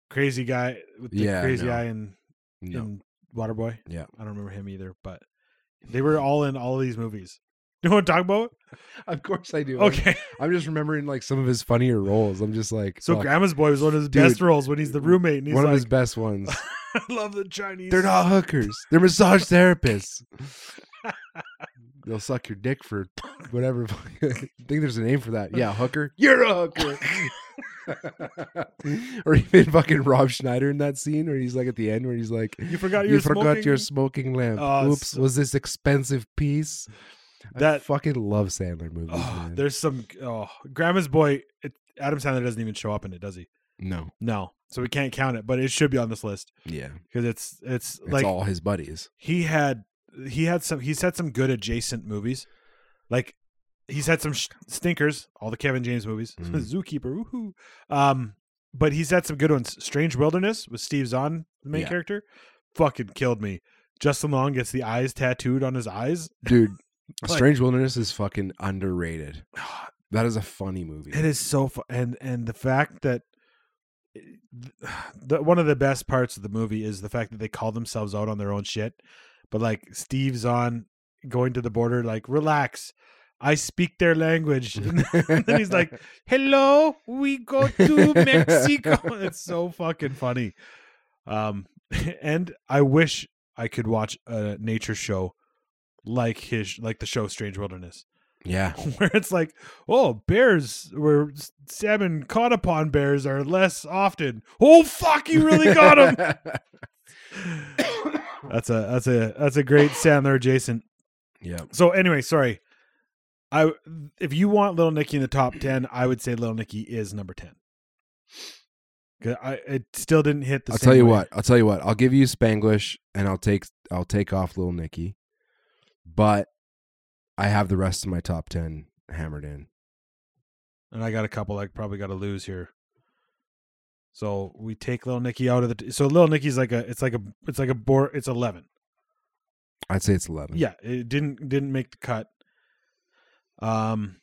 crazy guy with the
Yeah,
crazy
no.
eye and
No.
in Waterboy.
Yeah.
I don't remember him either, but they were all in all these movies. Do you want to talk about?
Of course I do.
Okay,
I'm just remembering like some of his funnier roles. I'm just like
so
fuck,
Grandma's Boy was one of his
Dude,
best roles when he's the roommate, and he's
one
like,
of his best ones.
"I love the Chinese."
They're not hookers. They're massage therapists. They'll suck your dick for whatever. I think there's a name for that. Yeah, hooker. You're a hooker. or even fucking Rob Schneider in that scene where he's like at the end where he's like,
You forgot Oh,
you
you were
forgot your
smoking?"
smoking lamp.
Oh, it's
Oops, was this expensive piece? That
That-
fucking love Sandler movies.
Oh,
man.
there's some. Oh, Grandma's Boy. It, Adam Sandler doesn't even show up in it, does he?
No,
No. So we can't count it, but it should be on this list
yeah,
because it's it's
it's
like
all his buddies.
he had he had some he's had some good adjacent movies, like he's had some sh- stinkers, all the Kevin James movies,
Mhm.
Zookeeper, woohoo. Um, but he's had some good ones. Strange Wilderness with Steve Zahn, the main
Yeah.
character, fucking killed me. Justin Long gets the eyes tattooed on his eyes.
Dude,
Like-
Strange Wilderness is fucking underrated.
Ah,
That is a funny movie.
It is so fun, and and the fact that the, one of the best parts of the movie is the fact that they call themselves out on their own shit. But like Steve's on going to the border, like relax, I speak their language. And then he's like, "Hello, we go to Mexico." it's so fucking funny. Um, and I wish I could watch a nature show like his, like the show Strange Wilderness
yeah,
where it's like, oh, bears where s- salmon caught upon bears are less often. Oh fuck, you really got him. that's a that's a that's a great Sandler adjacent.
yeah,
So anyway, sorry. I if you want Little Nicky in the top ten, I would say Little Nicky is number ten. 'Cause I it still didn't hit the.
I'll
same
tell you
way.
what. I'll tell you what. I'll give you Spanglish, and I'll take I'll take off Little Nicky, but I have the rest of my top ten hammered in.
and I got a couple I probably got to lose here. So we take Little Nicky out of the. T- so Little Nicky's like a it's like a it's like a bore it's eleven.
I'd say it's eleven.
yeah it didn't didn't make the cut um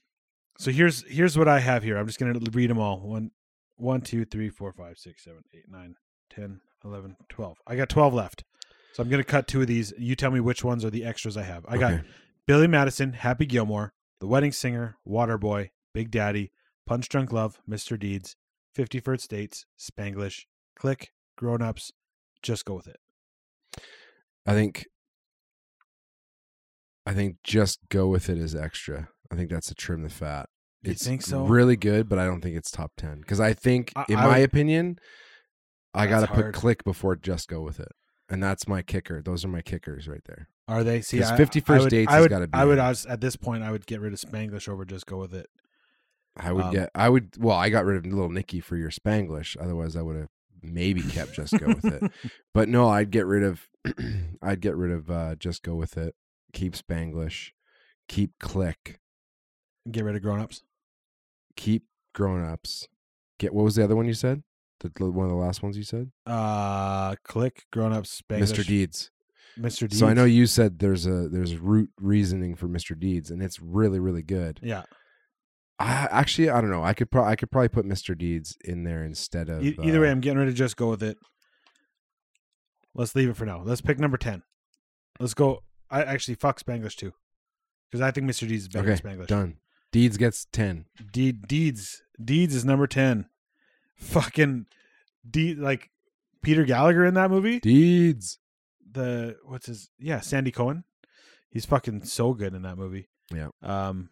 so here's here's what i have here i'm just gonna read them all one one two three four five six seven eight nine ten eleven twelve i got 12 left so i'm gonna cut two of these you tell me which ones are the extras i have i got
Okay.
billy madison happy gilmore the wedding singer waterboy big daddy punch drunk love mr deeds 50 first dates spanglish click grown-ups just go with it
I think. I think just go with it as extra. I think that's a trim the fat.
You
it's
think so?
really good, but I don't think it's top ten because I think,
I-
in
I
my
would-
opinion, I
That's
gotta put
hard.
click before just go with it, and that's my kicker. Those are my kickers right there.
Are they? See,
'Cause
I,
50
I
First
would-
Dates
I
has
would,
gotta be
I would
in.
als- at this point. I would get rid of Spanglish over just go with it.
I would
Um,
get. I would. Well, I got rid of Little Nicky for your Spanglish. Otherwise, I would have maybe kept Just Go with it. But no, I'd get rid of. I'd get rid of uh, Just Go with it. Keep Spanglish. Keep Click.
Get rid of grown ups.
Keep Grown Ups. Get what was the other one you said? The, the- one of the last ones you said,
Uh, click grown ups. Spanglish.
Mr. Deeds.
Mr. D.
So I know you said there's a there's root reasoning for Mr. Deeds, and it's really really good.
Yeah,
I actually I don't know. I could pro- I could probably put Mr. Deeds in there instead of
E- either way,
uh,
I'm getting rid of just go with it. Let's leave it for now. Let's pick number ten. Let's go. I actually fuck Spanglish too, because I think Mr. Deeds is better
okay
than Spanglish.
done. Deeds gets ten.
De- Deeds. Deeds is number ten. Fucking D like Peter Gallagher in that movie.
Deeds.
the what's his yeah Sandy Cohen, he's fucking so good in that movie.
Yeah.
Um,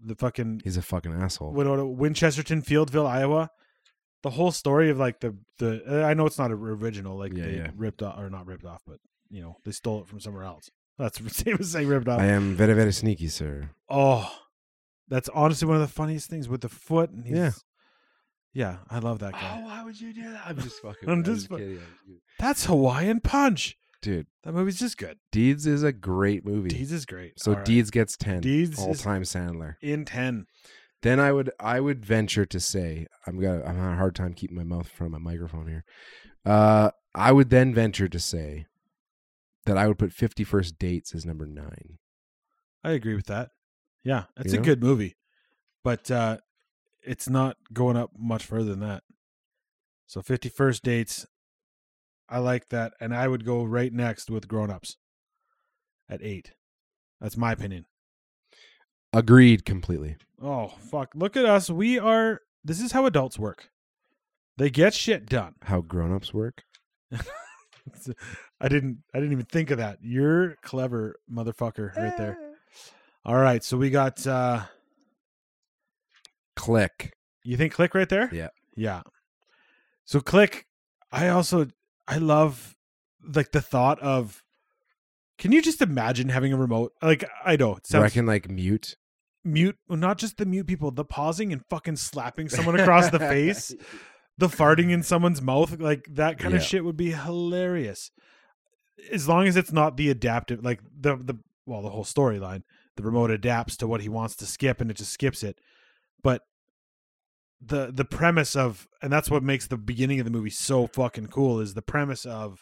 the fucking
He's a fucking asshole.
what, what Winchesterton Fieldville Iowa, the whole story of like the the uh, I know it's not original like
Yeah,
they
yeah.
ripped off or not ripped off but you know they stole it from somewhere else. That's the same as saying ripped off.
I am very, very sneaky, sir.
oh, that's honestly one of the funniest things with the foot and he's,
Yeah.
Yeah, I love that guy.
Oh, why would you do that? I'm just fucking.
I'm just fu-
kidding. I'm just kidding.
That's Hawaiian Punch.
Dude,
That movie's just good.
Deeds is a great movie.
Deeds is great.
so
All right.
Deeds gets ten.
Deeds
all
is
time Sandler.
in ten.
Then I would I would venture to say I'm gonna I'm having a hard time keeping my mouth from my microphone here. Uh, I would then venture to say that I would put Fifty First Dates as number nine.
I agree with that. Yeah, it's
You
a
know?
good movie, but uh, it's not going up much further than that. So, Fifty First Dates, I like that, and I would go right next with Grown Ups at eight. That's my opinion.
Agreed completely.
Oh fuck! Look at us. We are. This is how adults work. They get shit done.
How grown ups work.
I didn't. I didn't even think of that. You're clever, motherfucker, right
Eh.
there. All right, so we got. uh
Click.
You think click right there?
Yeah.
Yeah. So click I also I love like the thought of Can you just imagine having a remote? Like I know it
Where I
sounds
can like mute.
mute, well, not just the mute people, the pausing and fucking slapping someone across the face, the farting in someone's mouth, like that kind of
Yeah.
shit would be hilarious. As long as it's not the adaptive, like the the well, the whole storyline, the remote adapts to what he wants to skip and it just skips it. But the the premise of and that's what makes the beginning of the movie so fucking cool is the premise of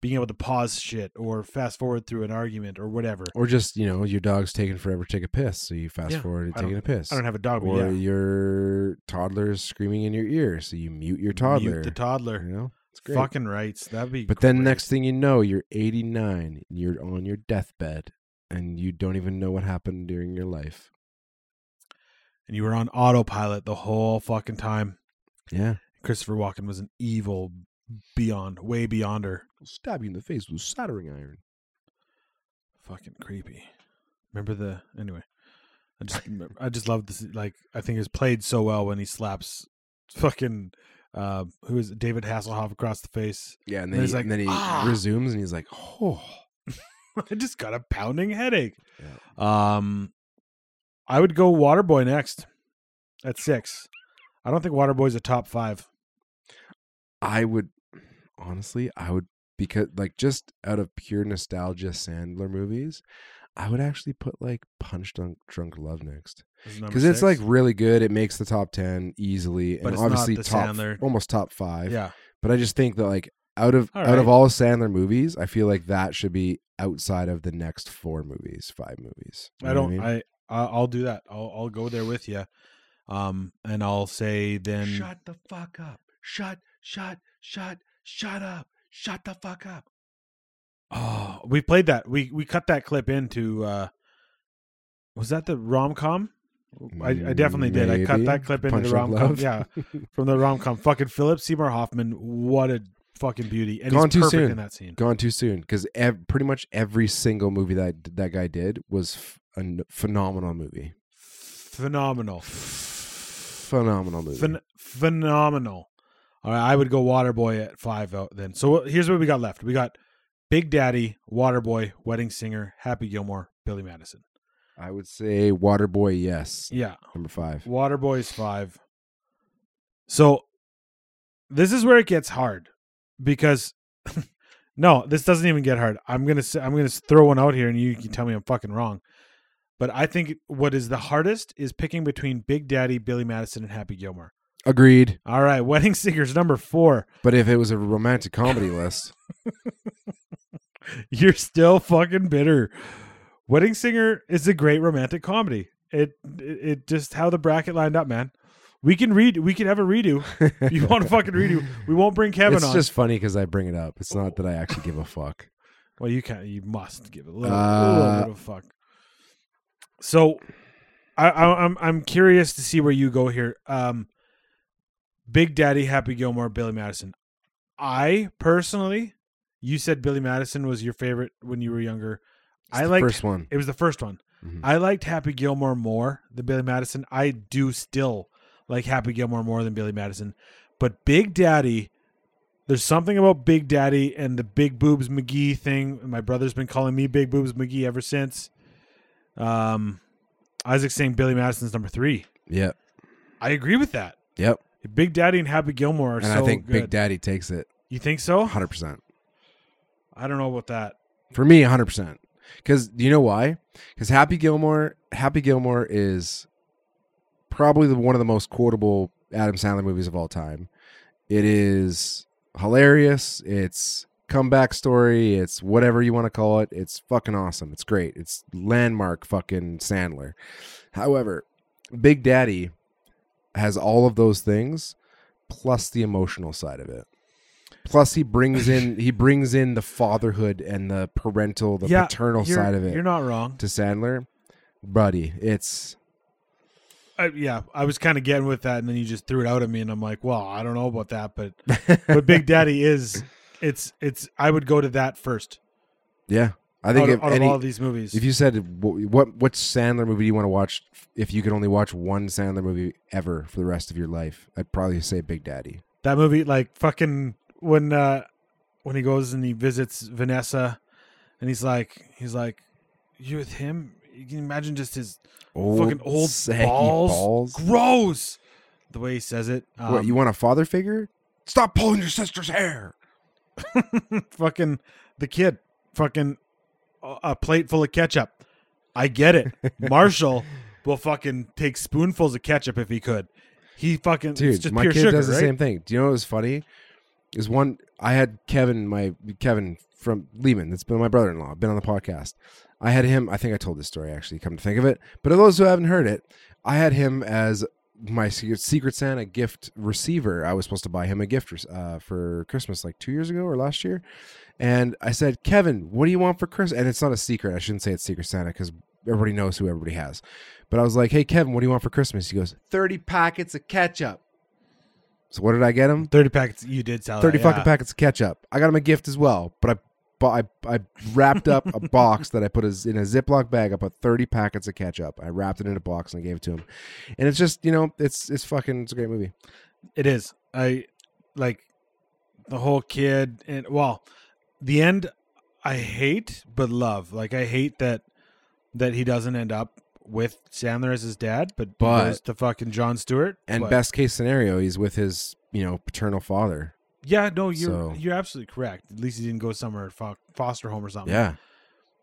being able to pause shit or fast forward through an argument or whatever.
Or just, you know, your dog's taking forever to take a piss. So you fast
Yeah,
forward and
I
taking a piss.
I don't have a dog, but
or
yeah.
your toddler's screaming in your ear. So you mute your toddler.
Mute the toddler.
You know? It's great.
Fucking rights. That'd be.
But then
great.
next thing you know, you're 89 and you're on your deathbed and you don't even know what happened during your life.
and you were on autopilot the whole fucking time.
Yeah.
Christopher Walken was an evil beyond, way beyond her.
Stab you in the face with soldering iron.
Fucking creepy. Remember the anyway. I just I just love this. Like I think it's played so well when he slaps fucking uh, who is it? David Hasselhoff across the face.
Yeah,
And
and then,
he's
he,
like,
and then he
"Ah!"
resumes and he's like, oh.
I just got a pounding headache.
Yeah.
Um, I would go Waterboy next at six. I don't think Waterboy's a top five.
I would honestly, I would because like just out of pure nostalgia Sandler movies, I would actually put like Punch Drunk Drunk Love next because it's like really good. It makes the top ten easily,
But
and
it's not
obviously
the
top
Sandler.
almost top five.
yeah.
But I just think that like out of
All
out of
right.
all Sandler movies, I feel like that should be outside of the next four movies, five movies. You
I
know
don't.
what mean?
I, I I'll do that. I'll I'll go there with you, um, and I'll say then.
the fuck up. Shut, shut, shut, shut up. Shut the fuck up.
Oh, we played that. We we cut that clip into. uh Was that the rom com? I, I definitely did. I cut
Maybe.
that clip into
Punch
the
Drunk
rom com.
Love.
Yeah, from the rom com. Fucking Philip Seymour Hoffman. What a fucking beauty! And
Gone
he's
too
perfect
soon.
in that scene.
Gone too soon because ev- pretty much every single movie that that guy did was f- a n- phenomenal movie.
Phenomenal.
Phenomenal movie.
Phen- phenomenal. All right, I would go Waterboy at five out then. So uh, here's what we got left. We got Big Daddy, Waterboy, Wedding Singer, Happy Gilmore, Billy Madison.
I would say Waterboy. Yes,
Yeah,
number five.
Waterboy's five. So this is where it gets hard because no, this doesn't even get hard. I'm gonna say, I'm gonna throw one out here, and you can tell me I'm fucking wrong. But I think what is the hardest is picking between Big Daddy, Billy Madison, and Happy Gilmore.
Agreed.
All right, Wedding Singer's number four.
But if it was a romantic comedy list,
You're still fucking bitter. Wedding Singer is a great romantic comedy. It, it it just how the bracket lined up, man. We can read. We can have a redo. You want to fucking redo? We won't bring Kevin
It's
on.
just funny because I bring it up. It's not that I actually give a fuck.
well, you can't. You must give it a little,
Uh,
little bit of fuck. So, I, I, I'm I'm curious to see where you go here. Um, Big Daddy, Happy Gilmore, Billy Madison. I personally, you said Billy Madison was your favorite when you were younger.
It's
I
the
like
first one.
It was the first one.
Mhm.
I liked Happy Gilmore more than Billy Madison. I do still like Happy Gilmore more than Billy Madison. But Big Daddy, there's something about Big Daddy and the Big Boobs McGee thing. My brother's been calling me Big Boobs McGee ever since. Um, Isaac saying Billy Madison's number three.
Yep.
I agree with that.
Yep.
Big Daddy and Happy Gilmore are
And
so
I think
good.
Big Daddy takes it
you think so?
100%.
I don't know about that.
For me, 100%. Because you know why? Because Happy Gilmore, Happy Gilmore is probably the, one of the most quotable Adam Sandler movies of all time. It is hilarious. It's comeback story. It's whatever you want to call it. It's fucking awesome. It's great. It's landmark fucking Sandler. However, Big Daddy has all of those things plus the emotional side of it. Plus he brings in he brings in the fatherhood and the parental, the
Yeah,
paternal
You're-
side of
You're
it
not wrong.
to Sandler. Buddy, it's
I, yeah, I was kind of getting with that, and then you just threw it out at me, and I'm like, well, I don't know about that, but but Big Daddy is it's it's. I would go to that first.
yeah. I
I think out,
think if
of, out of
any
all these movies,
If you said wh- what what Sandler movie do you want to watch if you could only watch one Sandler movie ever for the rest of your life, I'd probably say Big Daddy.
that movie, like fucking when uh when he goes and he visits Vanessa, and he's like, he's like, you with him? You can imagine just his
Old,
fucking old
saggy
balls.
balls.
gross. The way he says it, um,
what you want a father figure? Stop pulling your sister's hair.
Um, fucking the kid, fucking a a plate full of ketchup. I get it. Marshall will fucking take spoonfuls of ketchup if he could. He fucking it's
Dude,
just
my
pure
kid
sugar,
does the
right?
same thing. Do you know what was funny? Is one I had Kevin, my Kevin from Lehman, that's been my brother in law, been on the podcast. I had him, I think I told this story actually, come to think of it. But of those who haven't heard it, I had him as my Secret Secret Santa gift receiver. I was supposed to buy him a gift uh, for Christmas like two years ago or last year. And I said, Kevin, what do you want for Christmas? And it's not a secret. I shouldn't say it's Secret Santa because everybody knows who everybody has. But I was like, hey, Kevin, what do you want for Christmas? He goes, 30 packets of ketchup. So what did I get him?
Thirty packets. You did sell that,
30 fucking
Uh, yeah.
packets of ketchup. I got him a gift as well, but I bought, I, I wrapped up a box that I put as- in a Ziploc bag. I put 30 packets of ketchup. I wrapped it in a box and I gave it to him. And it's just, you know, it's it's fucking, it's a great movie.
It is. I like the whole kid and well, the end I hate but love. Like I hate that that he doesn't end up with Sandler as his dad, but, he
But-
goes to fucking John Stewart.
And
but-
best case scenario, he's with his, you know, paternal father.
Yeah, no, you're
So-
you're absolutely correct. At least he didn't go somewhere fo- foster home or something.
Yeah.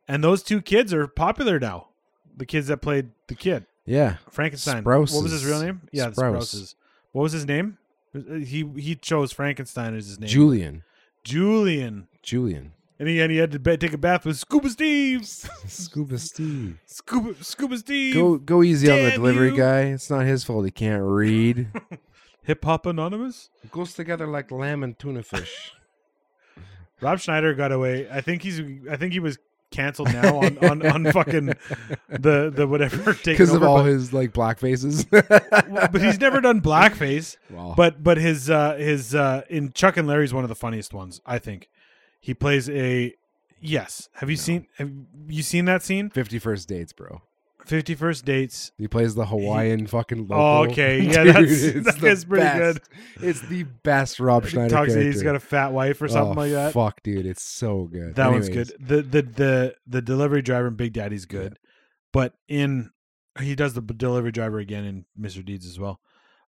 And those two kids are popular now. The kids that played the kid.
Yeah.
Frankenstein. What was his
Sprouses.
real name? Yeah, the
Sprouse.
Sprouses. What was his name? Uh, He he chose Frankenstein as his name.
Julian.
Julian.
Julian.
And he, and he had to ba- take a bath with Scuba Steve.
Scuba Steve.
Scuba, Scuba Steve.
Go go easy on the
Damn
delivery
you.
guy. It's not his fault he can't read.
Hip Hop Anonymous.
Goes together like lamb and tuna fish.
Rob Schneider got away. I think he's. I think he was canceled now on on, on fucking the the whatever taking
Because
over.
of all
but,
his like black faces.
well, but he's never done blackface.
Wow.
But but his uh his uh in Chuck and Larry's one of the funniest ones. I think he plays a. Yes. Have you
No.
seen? Have you seen that scene?
Fifty First Dates, bro.
Fifty First Dates.
He plays the Hawaiian fucking local.
Oh, okay. Yeah, that's- that is pretty good.
good. It's the best Rob Schneider
Talks.
character.
He's got a fat wife or something
Oh,
like that.
Fuck, dude, it's so good.
That one's
Anyways,
good. The the the the delivery driver in Big Daddy's good, but in he does the b- delivery driver again in Mr. Deeds as well.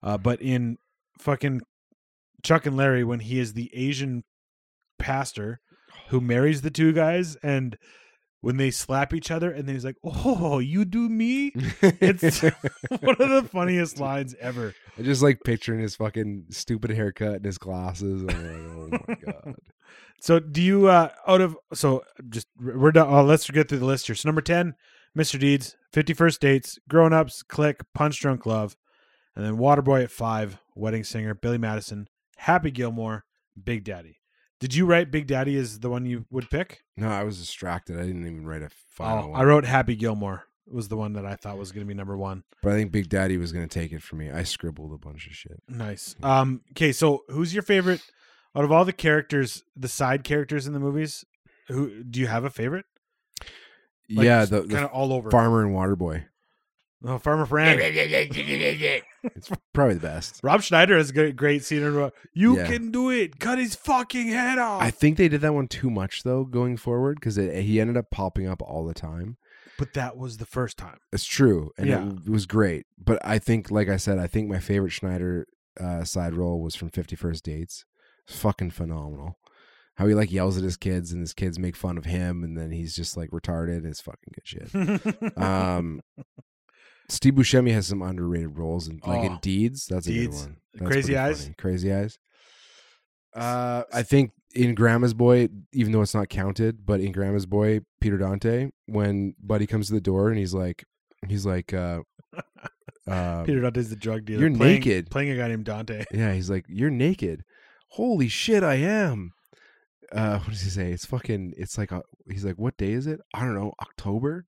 Uh, but in fucking Chuck and Larry, when he is the Asian pastor who marries the two guys, and when they slap each other, and then he's like, "Oh, you do me." It's one of the funniest lines ever.
I just like picturing his fucking stupid haircut and his glasses. And I'm like, oh my god.
So, do you uh out of so just we're done. Oh, let's get through the list here. So, number ten, Mr. Deeds, Fifty First Dates, Grown Ups, Click, Punch Drunk Love, and then Waterboy at five, Wedding Singer, Billy Madison, Happy Gilmore, Big Daddy. Did you write Big Daddy as the one you would pick?
No, I was distracted. I didn't even write a final
Oh,
one.
I wrote Happy Gilmore was the one that I thought was going to be number one.
but I think Big Daddy was gonna take it for me. I scribbled a bunch of shit.
Nice. Um. Okay. So, who's your favorite out of all the characters, the side characters in the movies? Who do you have a favorite?
yeah, the, the
kind of all over.
farmer and water boy.
oh, Farmer Fran.
It's probably the best.
Rob Schneider has a great, great scene in You
Yeah.
can do it. Cut his fucking head off.
I think they did that one too much though, going forward, because he ended up popping up all the time.
but that was the first time.
It's true, and
Yeah.
it, it was great. But I think, like I said, I think my favorite Schneider uh, side role was from Fifty First Dates. It's fucking phenomenal. How he like yells at his kids, and his kids make fun of him, and then he's just like retarded. It's fucking good shit. Um, Steve Buscemi has some underrated roles, and like in
Oh,
Deeds, that's a good
Deeds.
one. That's
Crazy
pretty
Eyes?
funny. Crazy Eyes. Uh, I think in Grandma's Boy, even though it's not counted, but in Grandma's Boy, Peter Dante, when Buddy comes to the door and he's like, he's like, uh, uh,
Peter Dante's the drug dealer.
You're
playing,
naked.
Playing a guy named Dante.
yeah, he's like, you're naked. Holy shit, I am. Uh, what does he say? It's fucking. It's like a, he's like, what day is it? I don't know. October.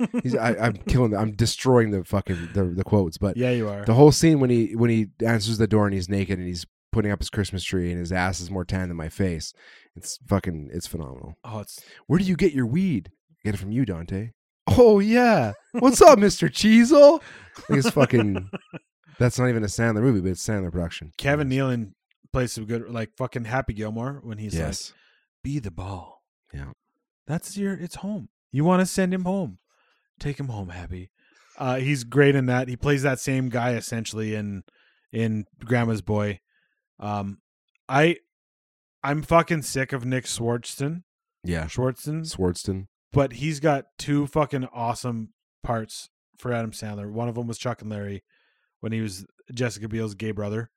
He's. I, I'm killing. The, I'm destroying the fucking the, the quotes. But
yeah, you are.
the whole scene when he when he answers the door and he's naked and he's putting up his Christmas tree and his ass is more tan than my face. It's fucking it's phenomenal.
oh, it's
Where do you get your weed? Get it from you, Dante. Oh yeah. What's up, Mr. Cheezel? Like it's fucking that's not even a Sandler movie, but it's Sandler production.
Kevin Nealon plays some good, like fucking Happy Gilmore when he's like,
Yes.
"Be the ball."
Yeah.
That's your. It's home. You want to send him home. Take him home, Happy. Uh, he's great in that. He plays that same guy essentially in in Grandma's Boy. Um, I I'm fucking sick of Nick Swartzen.
Yeah.
Schwartzen,
Swardston.
but he's got two fucking awesome parts for Adam Sandler. One of them was Chuck and Larry when he was Jessica Biel's gay brother.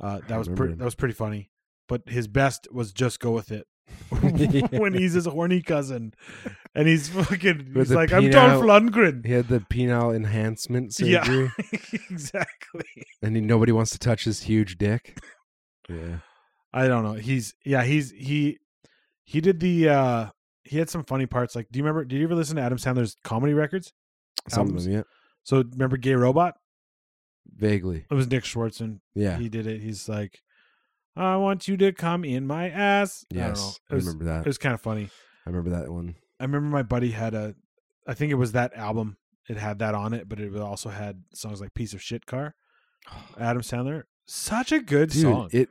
Uh, that
I
was
remember
pretty.
him.
That was pretty funny. But his best was just go with it when
when
he's his horny cousin, and he's fucking.
With
he's
the
like, I'm
peanut-
Dolph Lundgren.
he had the penile enhancement
Yeah.
surgery
exactly.
and he, nobody wants to touch his huge dick. Yeah.
I don't know. He's yeah. He's he he did the. uh He had some funny parts. Like, do you remember? Did you ever listen to Adam Sandler's comedy records?
Some of
Albums?
them, yeah.
So remember Gay Robot?
Vaguely.
It was Nick Schwartzen.
Yeah.
he did it. He's like, I want you to come in my ass. I don't know.
yes. I,
It was,
remember that.
it was kind of funny.
I remember that one.
I remember my buddy had a, I think it was that album. It had that on it, but it also had songs like "Piece of Shit Car," Adam Sandler. Such a good
Dude,
song.
it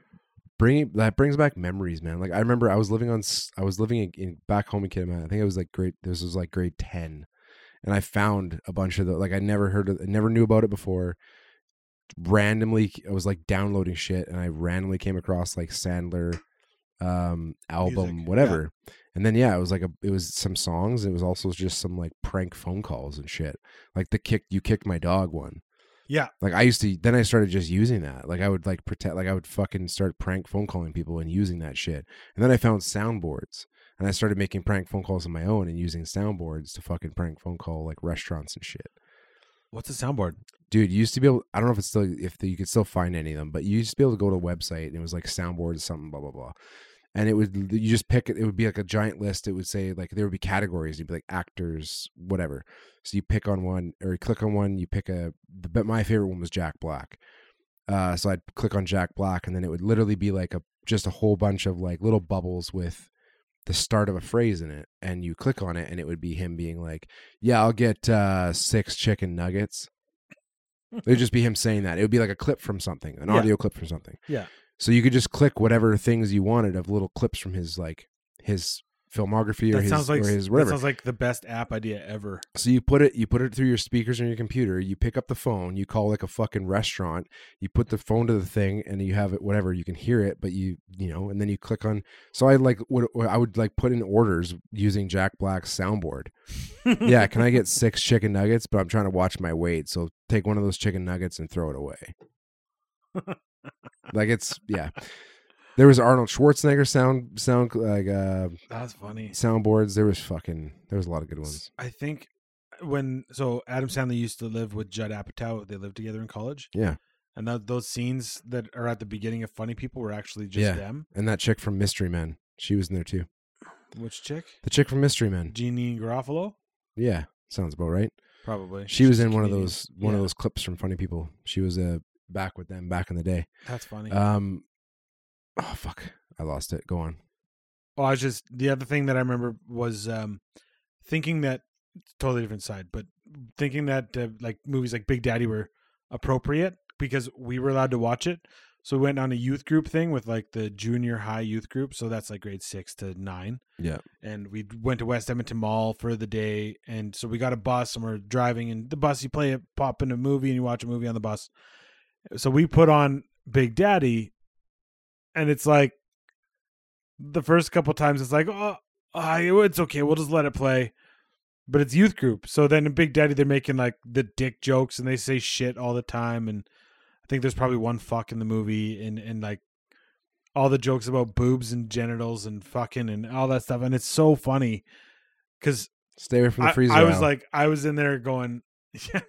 bring that brings back memories, man. Like I remember I was living on s- I was living in, in back home in Kitimat. I think it was like grade this was like grade 10. And I found a bunch of the like I never heard of I never knew about it before. Randomly I was like downloading shit and I randomly came across like Sandler um album
Music,
whatever. And then yeah, it was like a it was some songs, it was also just some like prank phone calls and shit. Like the kick you kicked my dog one.
yeah,
Like I used to then I started just using that. Like I would like pretend like I would fucking start prank phone calling people and using that shit. And then I found soundboards and I started making prank phone calls on my own and using soundboards to fucking prank phone call like restaurants and shit.
what's the soundboard?
Dude, you used to be able I don't know if it's still if you could still find any of them, but you used to be able to go to a website and it was like soundboards something blah blah blah. And it would you just pick it it would be like a giant list. It would say like there would be categories. You'd be like actors, whatever. So you pick on one or you click on one, you pick a but my favorite one was Jack Black. Uh, so I'd click on Jack Black, and then it would literally be like a just a whole bunch of like little bubbles with the start of a phrase in it, and you click on it, and it would be him being like, "Yeah, I'll get uh, six chicken nuggets." It would just be him saying that. It would be like a clip from something, an
Yeah.
audio clip from something.
Yeah.
So you could just click whatever things you wanted of little clips from his like his filmography or
That
his
sounds like
or his
that
whatever.
sounds like the best app idea ever.
So you put it you put it through your speakers on your computer, you pick up the phone, you call like a fucking restaurant, you put the phone to the thing and you have it whatever, you can hear it, but you you know, and then you click on so I like would I would like put in orders using Jack Black's soundboard.
Hmm.
yeah, can I get six chicken nuggets, but I'm trying to watch my weight, so take one of those chicken nuggets and throw it away. like it's yeah. There was Arnold Schwarzenegger sound sound like uh
that's funny.
soundboards. There was fucking there was a lot of good ones.
I think when so Adam Sandler used to live with Judd Apatow. They lived together in college.
Yeah.
and tho- those scenes that are at the beginning of Funny People were actually just
Yeah.
them.
And that chick from Mystery Men, she was in there too.
Which chick?
The chick from Mystery Men.
Jeannie Garofalo?
Yeah, sounds about right.
Probably.
She was
She's
in one of
Canadian.
those one
Yeah.
of those clips from Funny People. She was uh, back with them back in the day.
That's funny.
Um, oh fuck, I lost it. Go on.
oh, I was just the other thing that I remember was um, thinking that totally different side, but thinking that uh, like movies like Big Daddy were appropriate because we were allowed to watch it. So we went on a youth group thing with like the junior high youth group. So that's like grade six to nine.
Yeah.
and we went to West Edmonton Mall for the day, and so we got a bus and we're driving. And the bus, you play it, pop in a movie, and you watch a movie on the bus. So we put on Big Daddy, and it's like the first couple times, it's like, oh, I, it's okay, we'll just let it play. But it's youth group, so then in Big Daddy, they're making like the dick jokes, and they say shit all the time, and I think there's probably one fuck in the movie, and and like all the jokes about boobs and genitals and fucking and all that stuff, and it's so funny because
Stay away from the
I,
freezer.
I was
aisle.
like, I was in there going, yeah,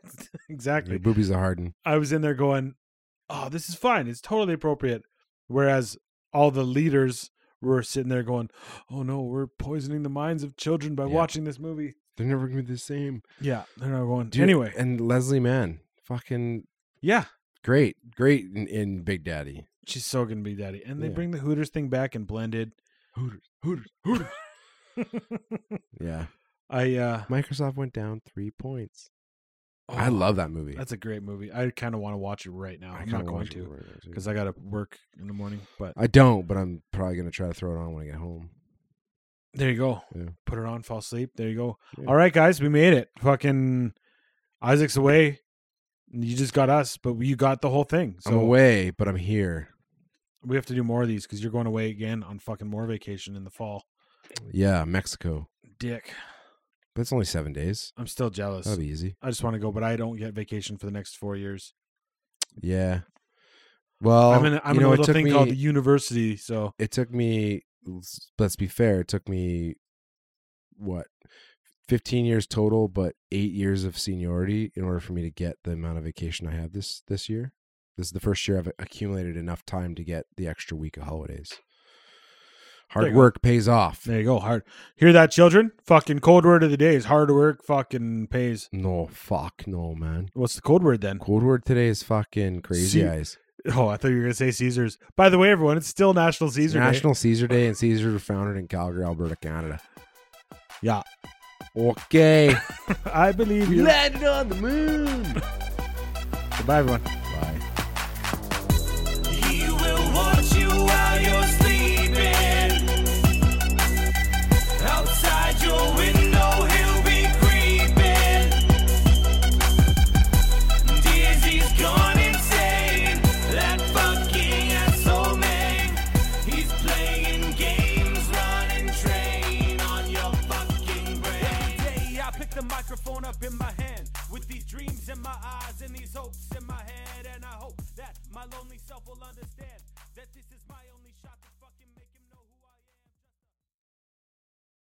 exactly.
your boobies are hardened.
I was in there going, "Oh, this is fine. It's totally appropriate." Whereas all the leaders were sitting there going, "Oh no, we're poisoning the minds of children by
Yeah.
watching this movie."
They're never gonna be the same.
Yeah, they're not going.
Dude,
anyway,
and Leslie Mann, fucking
yeah,
great, great in, in Big Daddy.
she's so gonna be daddy. And they
Yeah.
bring the Hooters thing back and blend it.
Hooters, Hooters, Hooters. yeah,
I uh,
Microsoft went down three points. I
oh,
love that movie.
That's a great movie. I kind of want to watch it right now.
I
I'm
kinda
not going
watch it
to
right now, too.
because I gotta work in the morning. But
I don't, but I'm probably gonna try to throw it on when I get home.
There you go.
Yeah.
Put her on, fall asleep. There you go.
Yeah.
All right, guys, we made it. Fucking Isaac's away. You just got us, but you got the whole thing. So
I'm away, but I'm here.
we have to do more of these because you're going away again on fucking more vacation in the fall.
Yeah, Mexico.
Dick,
But it's only seven days.
I'm still jealous.
That'll be easy.
I just want to go, but I don't get vacation for the next four years.
Yeah. Well,
I'm in, I'm
Oh, you
in
know,
a
it
little
took
thing
me,
called the university. So
it took me let's- let's be fair it took me what 15 years total but eight years of seniority in order for me to get the amount of vacation i have this this year this is the first year i've accumulated enough time to get the extra week of holidays
you
hard
go.
work pays off
there you go. Hard. Hear that, children? Fucking code word of the day is hard work fucking pays.
no fuck no man
What's the code word then?
code word today is fucking crazy
See-
eyes
Oh, I thought you were going to say Caesars. By the way, everyone, it's still National Caesar Day.
national caesar day and caesars were founded in calgary alberta canada
Yeah.
okay
I believe you.
landed on the moon
Bye, everyone.
bye
He will watch you while you're sleeping. Outside your window, he'll be creeping. Dears, he's gone insane. That fucking asshole man. He's playing games, running train on your fucking brain. Day I picked the microphone up in my hand with these dreams in my eyes and these hopes in my head, and I hope that my lonely self will understand that this is.